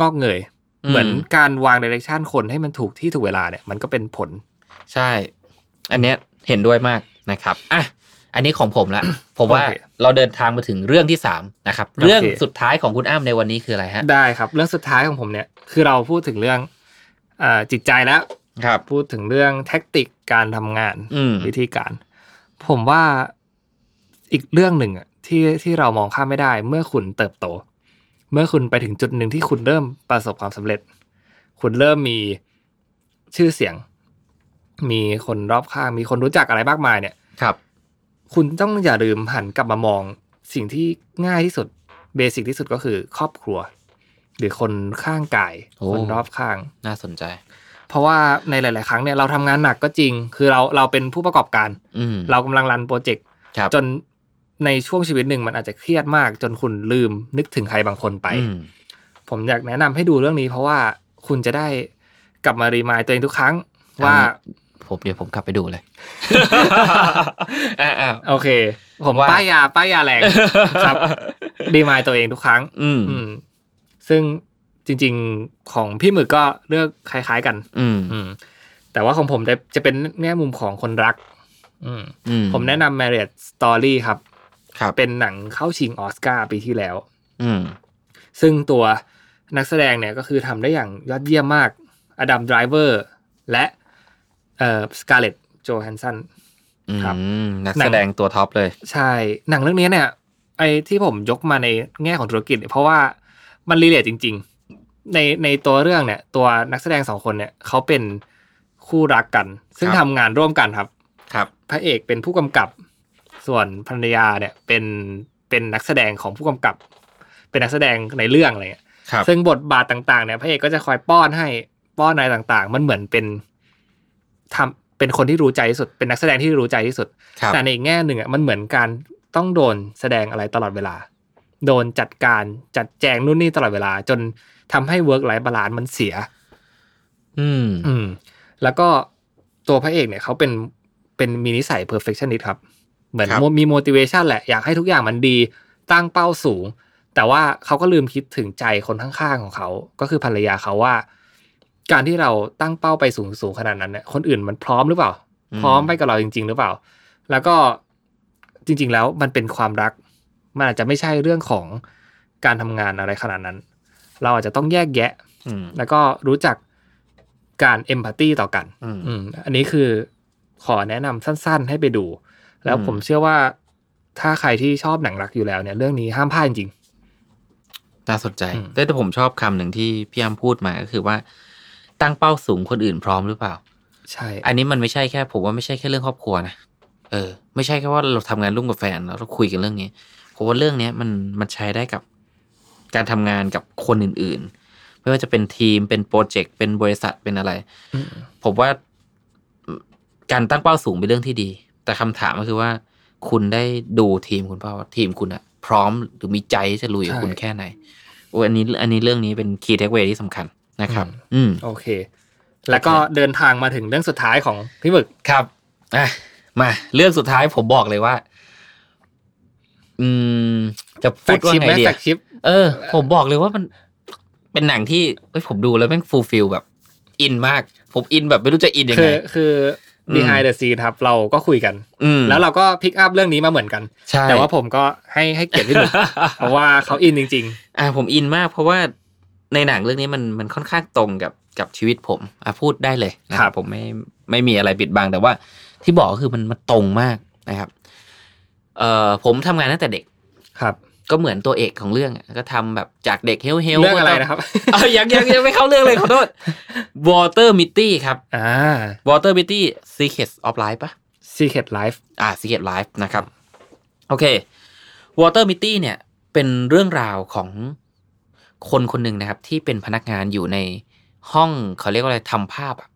งอกเงย
อืม
เหมือนการวางเดเรคชันคนให้มันถูกที่ถูกเวลาเนี่ย มันก็เป็นผล
ใช่ อันเนี้ยเห็นด้วยมากนะครับ อ่ะ อันนี้ของผมละ
*coughs*
ผมว่า
โอเค
เราเดินทางมาถึงเรื่องที่สามนะครับ
โอเค
เรื่องสุดท้ายของคุณอ้ามในวันนี้คืออะไรฮะ
ได้ครับ เรื่องสุดท้ายของผมเนี่ย คือเราพูดถึงเรื่องเออจิตใจแล้ว
ครับ
พูดถึงเรื่องแท็กติกการทำงาน
อืม
วิธีการ ผมว่าอีกเรื่องหนึ่งอ่ะ ที่ที่เรามองข้ามไม่ได้ เมื่อคุณเติบโต เมื่อคุณไปถึงจุดหนึ่งที่คุณเริ่มประสบความสำเร็จ คุณเริ่มมีชื่อเสียง มีคนรอบข้างมีคนรู้จักอะไรมากมายเนี่ย
ครับ
คุณต้องอย่าลืมหันกลับมามองสิ่งที่ง่ายที่สุดเบสิกที่สุดก็คือครอบครัว หรือคนข้างกาย
โอ้
คนรอบข้าง
น่าสนใจ
เพราะว่าในหลาย ๆ ครั้งเนี่ยเราทำงานหนักก็จริง คือเราเราเป็นผู้ประกอบการ
อืม
เรากำลังรันโปรเจกต์
ครับ
จนในช่วงชีวิตหนึ่งมันอาจจะเครียดมาก จนคุณลืมนึกถึงใครบางคนไป
อืม
ผมอยากแนะนำให้ดูเรื่องนี้ เพราะว่าคุณจะได้กลับมารีมายตัวเองทุกครั้งว่า
ผมเดี๋ยวผมกลับไปดูเลย
*laughs*
อ่าอ่า
โอเค ผม
ว่า
ป้ายยาป้ายยาแรง
*laughs*
ครับ รีมายตัวเองทุกครั้ง
อืม
อืม ซึ่งจริง ๆของพี่หมึกก็เลือกคล้าย ๆ กัน
อืม
อืม แต่ว่าของผมจะจะเป็นแง่มุมของคนรัก อืม
อืม
ผมแนะนำ Marriage Story ครับ
ครับ
เป็นหนังเข้าชิงออสการ์ปีที่แล้ว
อืม
ซึ่งตัวนักแสดงเนี่ยก็คือทำได้อย่างยอดเยี่ยมมาก อดัมไดรเวอร์และเอ่อสกาเลตโจแฮนสัน
อื
ครับ
มนักแสดงตัวท็อปเลย
ใช่ หนังเรื่องนี้เนี่ย ไอ้ที่ผมยกมาในแง่ของธุรกิจเนี่ยเพราะว่ามันรีเลทจริง ๆ ในในตัวเรื่องเนี่ย ตัวนักแสดงสองคนเนี่ยเขาเป็นคู่รักกัน ซึ่ง
ครับ
ทำงานร่วมกันครับ
ครับ
พระเอกเป็นผู้กำกับ ส่วนภรรยาเนี่ยเป็นเป็นนักแสดงของผู้กำกับ เป็นนักแสดงในเรื่องอะไรเงี้ย
ครับ
ซึ่งบทบาทต่างๆเนี่ยพระเอกก็จะคอยป้อนให้ป้อนอะไรต่างๆ มันเหมือนเป็นทำเป็นคนที่รู้ใจที่สุด เป็นนักแสดงที่รู้ใจที่สุด
ครับ
แต่ในอีกแง่หนึ่งอ่ะมันเหมือนการต้องโดนแสดงอะไรตลอดเวลา โดนจัดการจัดแจงนู่นนี่ตลอดเวลา จนทำให้เวิร์กไลฟ์บาลานซ์มันเสีย
อืม
อืม แล้วก็ตัวพระเอกเนี่ยเขาเป็นเป็นมีนิสัย perfectionist ครับ เหมือน
ครับ
มี motivation แหละ อยากให้ทุกอย่างมันดีตั้งเป้าสูง แต่ว่าเขาก็ลืมคิดถึงใจคนข้างๆของเขา ก็คือภรรยาเขาว่า การที่เราตั้งเป้าไปสูงสูงๆขนาดนั้นเนี่ยคนอื่นมันพร้อมหรือเปล่า
อืม
พร้อมไปกับเราจริง ๆ หรือเปล่า แล้วก็จริง ๆ แล้วมันเป็นความรัก มันอาจจะไม่ใช่เรื่องของการทำงานอะไรขนาดนั้น เราอาจจะต้องแยกแยะ
อืม
แล้วก็รู้จักการเอมพัตตีต่อกัน
อืม
อืม อันนี้คือขอแนะนำสั้นๆ ให้ไปดู แล้ว
อืม
ผมเชื่อว่าถ้าใครที่ชอบหนังรักอยู่แล้วเนี่ย เรื่องนี้ห้ามพลาดจริง
น่าสนใจ
อืม
แต่ผมชอบคำหนึ่งที่พี่ยามพูดมาก็คือว่า ตั้งเป้าสูงคนอื่นพร้อมหรือเปล่า
ใช่
อันนี้มันไม่ใช่แค่ผมว่าไม่ใช่แค่เรื่องครอบครัวนะเออ ไม่ใช่แค่ว่าเราทำงานร่วมกับแฟนแล้วเราคุยกันเรื่องนี้ผมว่าเรื่องเนี้ยมันมันใช้ได้กับการทำงานกับคนอื่นๆ ไม่ว่าจะเป็นทีมเป็นโปรเจกต์เป็นบริษัทเป็นอะไร
อืม
ผมว่าการตั้งเป้าสูงเป็นเรื่องที่ดี แต่คำถามก็คือว่า คุณได้ดูทีมคุณเปล่าว่าทีมคุณอะพร้อมหรือมีใจที่จะลุยกับคุณแค่ไหนโอ้ยอันนี้อันนี้เรื่องนี้เป็นคีย์เทคเวที่สำคัญนะครับ อืม
โอเค แล้วก็เดินทางมาถึงเรื่องสุดท้ายของพี่หมึก
ครับอ่ะมาเรื่องสุดท้ายผมบอกเลยว่า อืม จะ
แฟ
พูด
ก
ว่า
ชิป
ไง
ไหม
ดี
แฟ
อะ
กชิป
เออ ผมบอกเลยว่ามันเป็นหนังที่เอ้ยผมดูแล้วแม่งฟูลฟิลแบบ อินมาก ผมอินแบบไม่รู้จะอินยัง
คื
ไง
อคือ
อืม
behind the scene ครับ เราก็คุยกัน
อืม
แล้วเราก็พิกอัพเรื่องนี้มาเหมือนกัน
ใช่
แต่ว่าผมก็ให้ให้เกียรติพี่หมึ
*laughs*
ก เพราะว่าเขาอินจริง
อ่ะผมอินมาก เพราะว่าในหนังเรื่องนี้มันมันค่อนข้างตรงกับกับชีวิตผมอ่ะพูดได้เลยนะค
ครั
รับบ ผมไม่ไม่มีอะไรปิดบังแต่ว่าที่บอกก็คือมันมันตรงมากนะครับ เอ่อผมทำงานตั้งแต่เด็ก
ๆ ครับ
ก็เหมือนตัวเอกของเรื่องอะก็ทำแบบจากเด็กเฮลเฮล
เรื่องอะไรนะครับ
*laughs* เอ้ายังยังยังไม่เข้าเรื่องเลยขอโทษ Water Mitty ครับ
อ่า
Water Mitty Secrets of Life ปะ
Secret Life
อ่า Secret Life นะครับ โอเค Water Mitty เนี่ย เป็นเรื่องราวของคนคนหนึ่งนะครับ ที่เป็นพนักงานอยู่ในห้องเขาเรียกว่าอะไรทำภาพอะ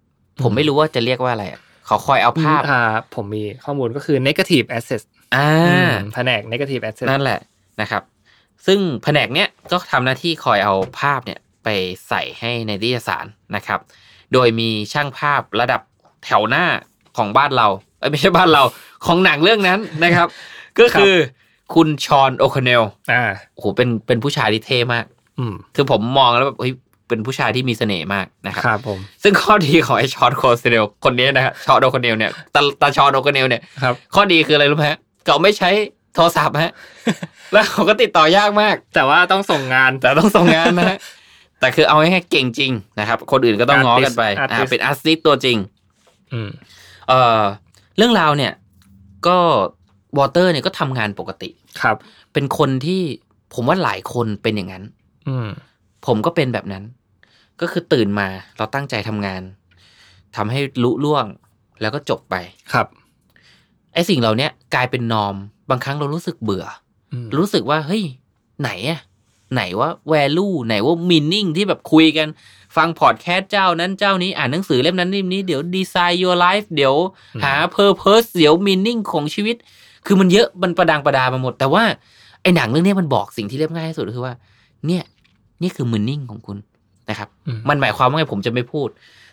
ผมไม่รู้ว่าจะเรียกว่าอะไรอะขอคอยเอาภาพ
อ่าผมมีข้อมูลก็คือ negative asset
อ่า
มแผนก negative asset
นั่นแหละนะครับ ซึ่งแผนกเนี้ยก็ทำหน้าที่คอยเอาภาพเนี่ยไปใส่ให้ในนิตยสารนะครับ โดยมีช่างภาพระดับแถวหน้าของบ้านเราเอ้ยไม่ใช่บ้านเราของหนังเรื่องนั้นนะครับ *laughs* ก็คือคุณชอนโอคอนเนล
อ่า
โอ้โหเป็นเป็นผู้ชายที่เท่มาก
อืม
คือผมมองแล้วแบบเฮ้ยเป็นผู้ชายที่มีเสน่ห์มากนะครับ
ครับผม
ซึ่งข้อดีของไอ้ชอนโคเซเนลคนนี้นะครับชอนโอคอนเนลเนี่ยตาตาชอนโอคอนเนลเนี่ย
ครับ
ข้อดีคืออะไรรู้ไหมฮะเขาไม่ใช้โทรศัพท์
*laughs*
ฮะ แล้วเขาก็ติดต่อยากมาก
แต่ว่าต้องส่งงาน
แต่ต้องส่งงาน
*laughs*
นะฮะ แต่คือเอาให้เก่งจริงนะครับ คนอื่นก็ต้องง้อกันไป
Artist
อ่า
Artist
เป็นอาร์ติสตัวจริง
อืม
เอ่อ เรื่องราวเนี่ย ก็ วอเตอร์เนี่ยก็ทำงานปกติ
ครับ
เป็นคนที่ผมว่าหลายคนเป็นอย่างนั้น
อืม
ผมก็เป็นแบบนั้น ก็คือตื่นมาเราตั้งใจทำงานทำให้ลุล่วงแล้วก็จบไป
ครับ
ไอ้สิ่งเหล่าเนี้ยกลายเป็นนอม บางครั้งเรารู้สึกเบื่อ
อืม
รู้สึกว่าเฮ้ยไหนอะไหนว่า value ไหนว่า meaning ที่แบบคุยกัน ฟังพอดแคสต์เจ้านั้นเจ้านี้อ่านหนังสือเล่มนั้นเล่มนี้เดี๋ยว design your life เดี๋ยวหา purpose เดี๋ยว meaning ของชีวิต คือมันเยอะมันประดังประดามาหมด แต่ว่าไอ้หนังเรื่องเนี้ยมันบอกสิ่งที่เรียบง่ายที่สุดคือว่า เนี่ย นี่คือ meaning ของคุณนะครับ
อืม
มันหมายความว่าไงผมจะไม่พูด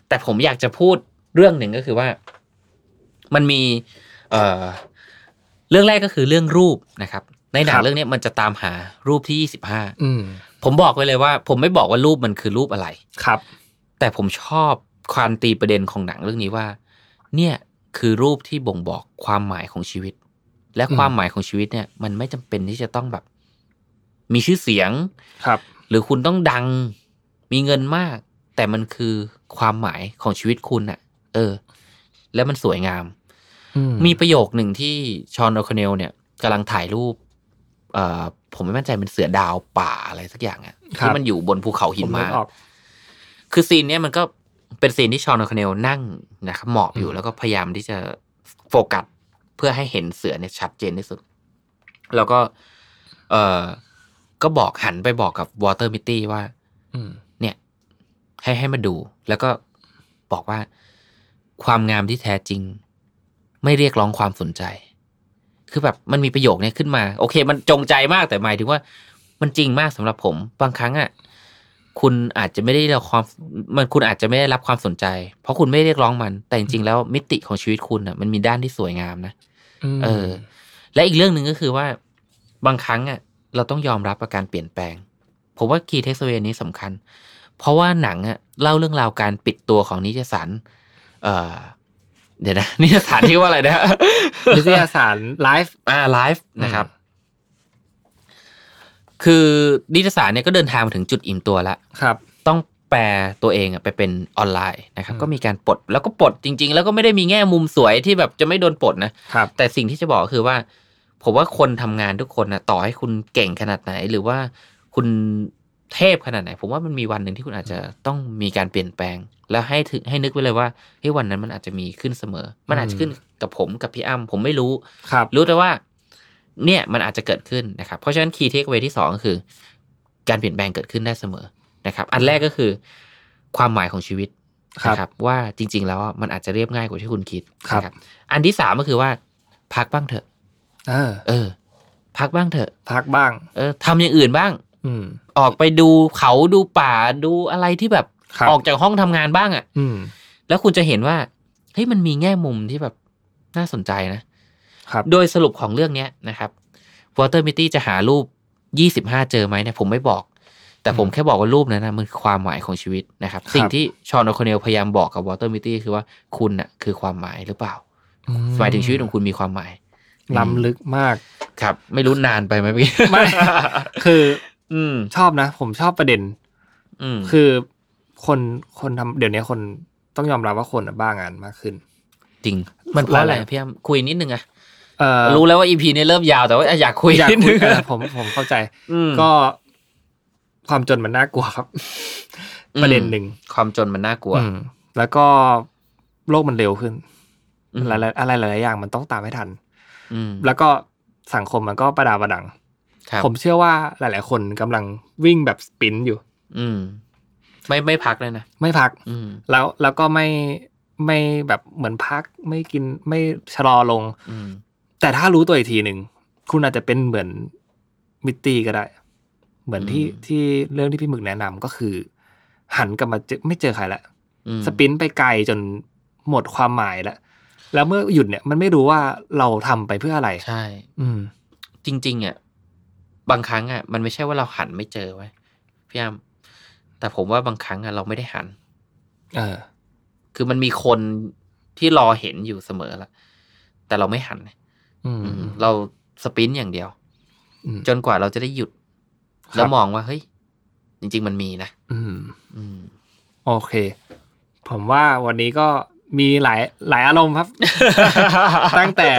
แต่ผมอยากจะพูดเรื่องหนึ่งก็คือว่า มันมี เอ่อ เรื่องแรกก็คือเรื่องรูปนะครับ ในหนั
ค
ง
รับ
เรื่องเนี้ยมันจะตามหารูปที่ยี่สิบห้า
อืม
ผมบอกไว้เลยว่า ผมไม่บอกว่ารูปมันคือรูปอะไร
ครับ
แต่ผมชอบความตีประเด็นของหนังเรื่องนี้ว่า เนี่ยคือรูปที่บ่งบอกความหมายของชีวิต และ
อืม
ความหมายของชีวิตเนี่ย มันไม่จำเป็นที่จะต้องแบบ มีชื่อเสียง
ครับ
หรือคุณต้องดังมีเงินมาก แต่มันคือความหมายของชีวิตคุณอะเออ แล้วมันสวยงาม
อืม
มีประโยคหนึ่งที่ชอนโอคอนเนลเนี่ยกำลังถ่ายรูป เอ่อ ผมไม่มั่นใจเป็นเสือดาวป่าอะไรสักอย่างอะ
ครับ
ที่มันอยู่บนภูเขาหิน
ผ
มา
กออก
คือซีนเนี้ยมันก็เป็นซีนที่ชอนโอคอนเนลนั่งนะครับหมอบอยู่แล้วก็พยายามที่จะโฟกัสเพื่อให้เห็นเสือเนี่ยชัดเจนที่สุด แล้วก็ เอ่อ ก็บอกหันไปบอกกับวอเตอร์มิตตี้ว่า
อืม
เนี่ยให้ให้มาดู แล้วก็บอกว่าความงามที่แท้จริง ไม่เรียกร้องความสนใจ คือแบบมันมีประโยคเนี้ยขึ้นมา โอเค มันจงใจมากแต่หมายถึงว่า มันจริงมากสำหรับผม บางครั้งอ่ะคุณอาจจะไม่ได้รับความมันคุณอาจจะไม่ได้รับความสนใจ เพราะคุณไม่ได้เรียกร้องมัน แต่จริงๆแล้วมิติของชีวิตคุณอ่ะมันมีด้านที่สวยงามนะ
ม
เออ และอีกเรื่องหนึ่งก็คือว่าบางครั้งอ่ะเราต้องยอมรับกับการเปลี่ยนแปลง ผมว่าคีย์เทคโนโลยีนี้สำคัญ เพราะว่าหนังอ่ะเล่าเรื่องราวการปิดตัวของนิตยสารเอ่อเดี๋ยวนะ *laughs* นิตยสารที่ว่าอะไร *laughs* นะ
นิตยสารไลฟ์
อ่าไลฟ์นะครับ คือนิตยสารเนี่ยก็เดินทางมาถึงจุดอิ่มตัวละ
ครับ
ต้องแปลตัวเองอะไปเป็นออนไลน์นะครับ
อืม
ก็มีการปลดแล้วก็ปลดจริง ๆ แล้วก็ไม่ได้มีแง่มุมสวยที่แบบจะไม่โดนปลดนะ
ครับ
แต่สิ่งที่จะบอกก็คือว่า ผมว่าคนทำงานทุกคนนะต่อให้คุณเก่งขนาดไหน หรือว่าคุณเทพขนาดไหน ผมว่ามันมีวันหนึ่งที่คุณอาจจะต้องมีการเปลี่ยนแปลง แล้วให้ถึงให้นึกไว้เลยว่าเฮ้ยวันนั้นมันอาจจะมีขึ้นเสมอ มันอาจจะขึ้นกับผมกับพี่อ้ำผมไม่รู้
ครับ
รู้แต่ว่า เนี่ยมันอาจจะเกิดขึ้นนะครับ เพราะฉะนั้นคีย์เทคเวที่สองก็คือ การเปลี่ยนแปลงเกิดขึ้นได้เสมอนะครับ อันแรกก็คือ ความหมายของชีวิต
ครับ
นะครับ ว่าจริง ๆ แล้วอะมันอาจจะเรียบง่ายกว่าที่คุณคิด
ครับ
นะอันที่สามก็คือว่า พักบ้างเถอะ
เออ
เออ พักบ้างเถอะ
พักบ้าง
เออทำอย่างอื่นบ้าง
อืม
ออกไปดูเขาดูป่าดูอะไรที่แบบ
ครับ
ออกจากห้องทำงานบ้างอะ่ะ
อืม
แล้วคุณจะเห็นว่าเฮ้ยมันมีแง่มุมที่แบบน่าสนใจนะ
ครับ
โดยสรุปของเรื่องเนี้ยนะครับวอเตอร์มิตี้จะหารูป 25 เจอไหมเนี่ยผมไม่บอก แต่ผมแค่บอกว่ารูปนั้นนะมันคือความหมายของชีวิตนะครับ
ครับ
สิ่งที่ชอนโอคอนเนลพยายามบอกกับวอเตอร์มิตี้คือว่าคุณน่ะคือความหมายหรือเปล่า
อื
หมายถึงชีวิตของคุณมีความหมาย
ล้ำลึกมาก
ครับ ไม่รู้นานไปไหม *laughs* เมื่อกี้
ไม่ *laughs* คือ
อืม
ชอบนะ ผมชอบประเด็น
อืม
คือคนคนทำเดี๋ยวนี้คนต้องยอมรับว่าคนอะบ้างานมากขึ้น
จริง มันเพราะอะไรอะพี่อ้ำคุยนิดนึงอะ
เออ
รู้แล้วว่าอีพีนี้เริ่มยาวแต่ว่าอยากคุย
อยาก
นิด
คุ
นึ *laughs*
ย
ง
เออผมผมเข้าใจ
อืม
ก็ความจนมันน่ากลัวครับ ประเด็นหนึ่ง
ความจนมันน่ากลัว
อืมแล้วก็โลกมันเร็วขึ้น
อืม
หลายๆอะไรหลายๆอย่างมันต้องตามให้ทัน
อืม
แล้วก็สังคมมันก็ประดาประดัง
ครับ
ผมเชื่อว่าหลาย ๆ คนกำลังวิ่งแบบสปรินต์อยู่
อืม ไม่ไม่พักเลยนะ
ไม่พัก
อืม
แล้วแล้วก็ไม่ไม่แบบเหมือนพักไม่กินไม่ชะลอลง
อืม
แต่ถ้ารู้ตัวอีกทีหนึ่งคุณอาจจะเป็นเหมือนมิตตี้ก็ได้ เหมือนที่
อืม
ที่เรื่องที่พี่หมึกแนะนำก็คือ หันกลับมาเจอไม่เจอใครละ
อืม
สปรินต์ไปไกลจนหมดความหมายละแล้วเมื่อหยุดเนี่ยมันไม่รู้ว่าเราทำไปเพื่ออะไร
ใช่
อืม
จริง ๆอ่ะบางครั้งอ่ะ มันไม่ใช่ว่าเราหันไม่เจอไว้ยพี่อ้ำแต่ผมว่าบางครั้งอ่ะเราไม่ได้หัน
เออ
คือมันมีคนที่รอเห็นอยู่เสมอละแต่เราไม่หัน
อืม
อืม เราสปรินต์อย่างเดียว
อืม
จนกว่าเราจะได้หยุด
ครับ
แล้วมองว่าเฮ้ย จริง ๆ มันมีนะ
อืม
อืม
โอเค *laughs* ผมว่าวันนี้ก็มีหลายหลายอารมณ์ครับ ตั้งแต่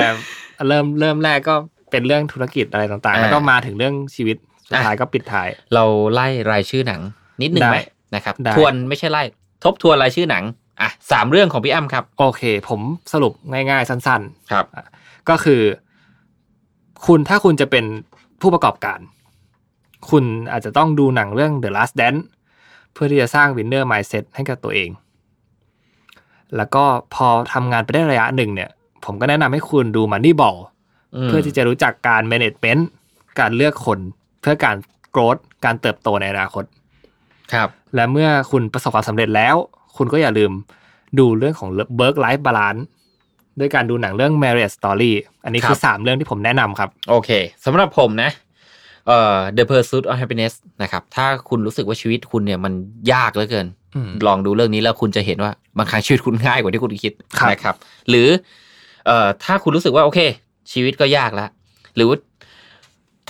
เริ่มเริ่มแรกก็เป็นเรื่องธุรกิจอะไรต่างๆ
อ่า
แล้วก็มาถึงเรื่องชีวิตสุด
อ่ะ
ท้ายก็ปิดท้าย
เราไล่รายชื่อหนังนิดหนึ่ง
ได้
ไหมนะครับ
ได้
ทวนไม่ใช่ไล่ทบทวนรายชื่อหนังอ่ะสามเรื่องของพี่อ้ำครับ
โอเค ผมสรุปง่ายๆ สั้น
ครับ
ๆ ก็คือ คุณถ้าคุณจะเป็นผู้ประกอบการ คุณอาจจะต้องดูหนังเรื่อง The Last Dance เพื่อที่จะสร้าง Winner Mindset ให้กับตัวเอง แล้วก็พอทำงานไปได้ระยะหนึ่งเนี่ย ผมก็แนะนำให้คุณดู Moneyball เพื่อที่จะรู้จักการ management การเลือกคนเพื่อการ growth การเติบโตในอนาคต
ครับ
และเมื่อคุณประสบความสำเร็จแล้ว คุณก็อย่าลืมดูเรื่องของ work life balance ด้วยการดูหนังเรื่อง marriage story อันนี้คือ 3 เรื่องที่ผมแนะนำครับ
โอเคสำหรับผมนะเอ่อ The Pursuit of Happiness นะครับถ้าคุณรู้สึกว่าชีวิตคุณเนี่ยมันยากเหลือเกิน ลองดูเรื่องนี้แล้วคุณจะเห็นว่าบางครั้งชีวิตคุณง่ายกว่าที่คุณคิด
ครับ
นะครับ หรือเอ่อถ้าคุณรู้สึกว่าโอเค ชีวิตก็ยากแล้ว หรือว่า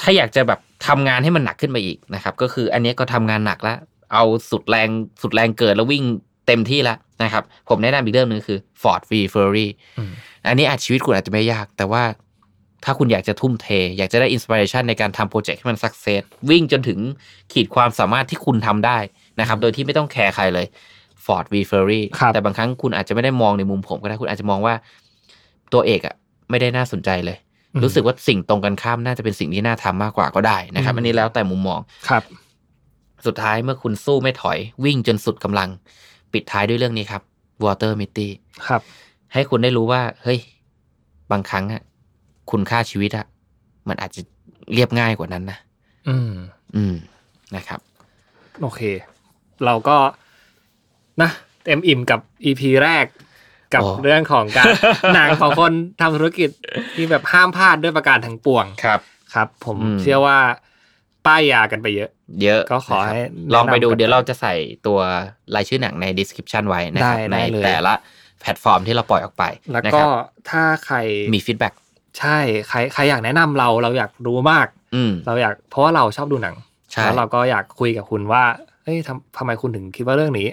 ถ้าอยากจะแบบทำงานให้มันหนักขึ้นไปอีกนะครับ ก็คืออันนี้ก็ทำงานหนักแล้ว เอาสุดแรงสุดแรงเกิดแล้ววิ่งเต็มที่แล้วนะครับ ผมแนะนำอีกเรื่องหนึ่งคือ Ford V Ferrari
อืม
อันนี้อาจชีวิตคุณอาจจะไม่ยาก แต่ว่าถ้าคุณอยากจะทุ่มเท อยากจะได้อินสปิเรชันในการทำโปรเจกต์ให้มันสักเซสวิ่งจนถึงขีดความสามารถที่คุณทำได้นะครับ โดยที่ไม่ต้องแคร์ใครเลย Ford V Ferrari
ครับ
แต่บางครั้งคุณอาจจะไม่ได้มองในมุมผมก็ได้คุณอาจจะมองว่าตัวเอกอะไม่ได้น่าสนใจเลย รู้สึกว่าสิ่งตรงกันข้ามน่าจะเป็นสิ่งที่น่าทำมากกว่าก็ได้นะครับ อันนี้แล้วแต่มุมมอง
ครับ
สุดท้ายเมื่อคุณสู้ไม่ถอย วิ่งจนสุดกำลัง ปิดท้ายด้วยเรื่องนี้ครับ Water Mitty
ครับ
ให้คุณได้รู้ว่า เฮ้ย บางครั้งอะคุณค่าชีวิตอะมันอาจจะเรียบง่ายกว่านั้นนะ
อืม
อืมนะครับ
โอเค เราก็นะเต็มอิ่มกับ EP แรก กับ
โอ้
เรื่องของ
*laughs*
การ หนังของคนทำธุรกิจที่แบบห้ามพลาดด้วยประการทั้งปวง
ครับ
ครับ ผม
อืม
เชื่อว่าป้ายยากันไปเยอะ
เยอะ
ก็ขอให้
นะครับลองไปดู
แนะนำกัน
เดี๋ยวเราจะใส่ตัวรายชื่อหนังใน description ไว้นะครับ
ได้
ใน
ได้เลย
แต่ละแพลตฟอร์มที่เราปล่อยออกไป
แล้ว
นะค
ก็
รับ
ถ้าใคร
มี feedback
ใช่ใครใครอยากแนะนำเราเราอยากรู้มาก
อืม
เราอยากเพราะว่าเราชอบดูหนัง
ใช่
แล้วเราก็อยากคุยกับคุณว่าเฮ้ยทำทำไมคุณถึงคิดว่าเรื่องนี้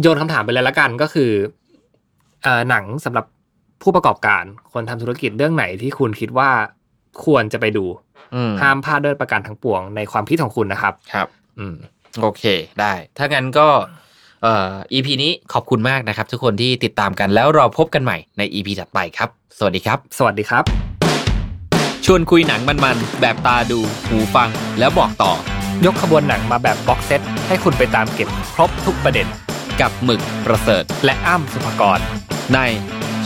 โยนคำถามไปเลยละกันก็คือเอ่อหนังสำหรับผู้ประกอบการ คนทำธุรกิจเรื่องไหนที่คุณคิดว่าควรจะไปดู
อืม
ห้ามพลาดด้วยประการทั้งปวงในความคิดของคุณนะครับ
ครับ
อืม
โอเค ได้ ถ้างั้นก็เอ่อ EP นี้ขอบคุณมากนะครับ ทุกคนที่ติดตามกันแล้วเราพบกันใหม่ใน EP ถัดไปครับ สวัสดีครับ
สวัสดีครับ
ชวนคุยหนังมันๆ แบบตาดู หูฟัง แล้วบอกต่อย
กขบวนหนังมาแบบบ็อกเซตให้คุณไปตามเก็บครบทุกประเด็น
กับหมึกประเสริฐ
และอ้ำสุภกร
ใน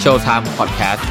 Showtime Podcast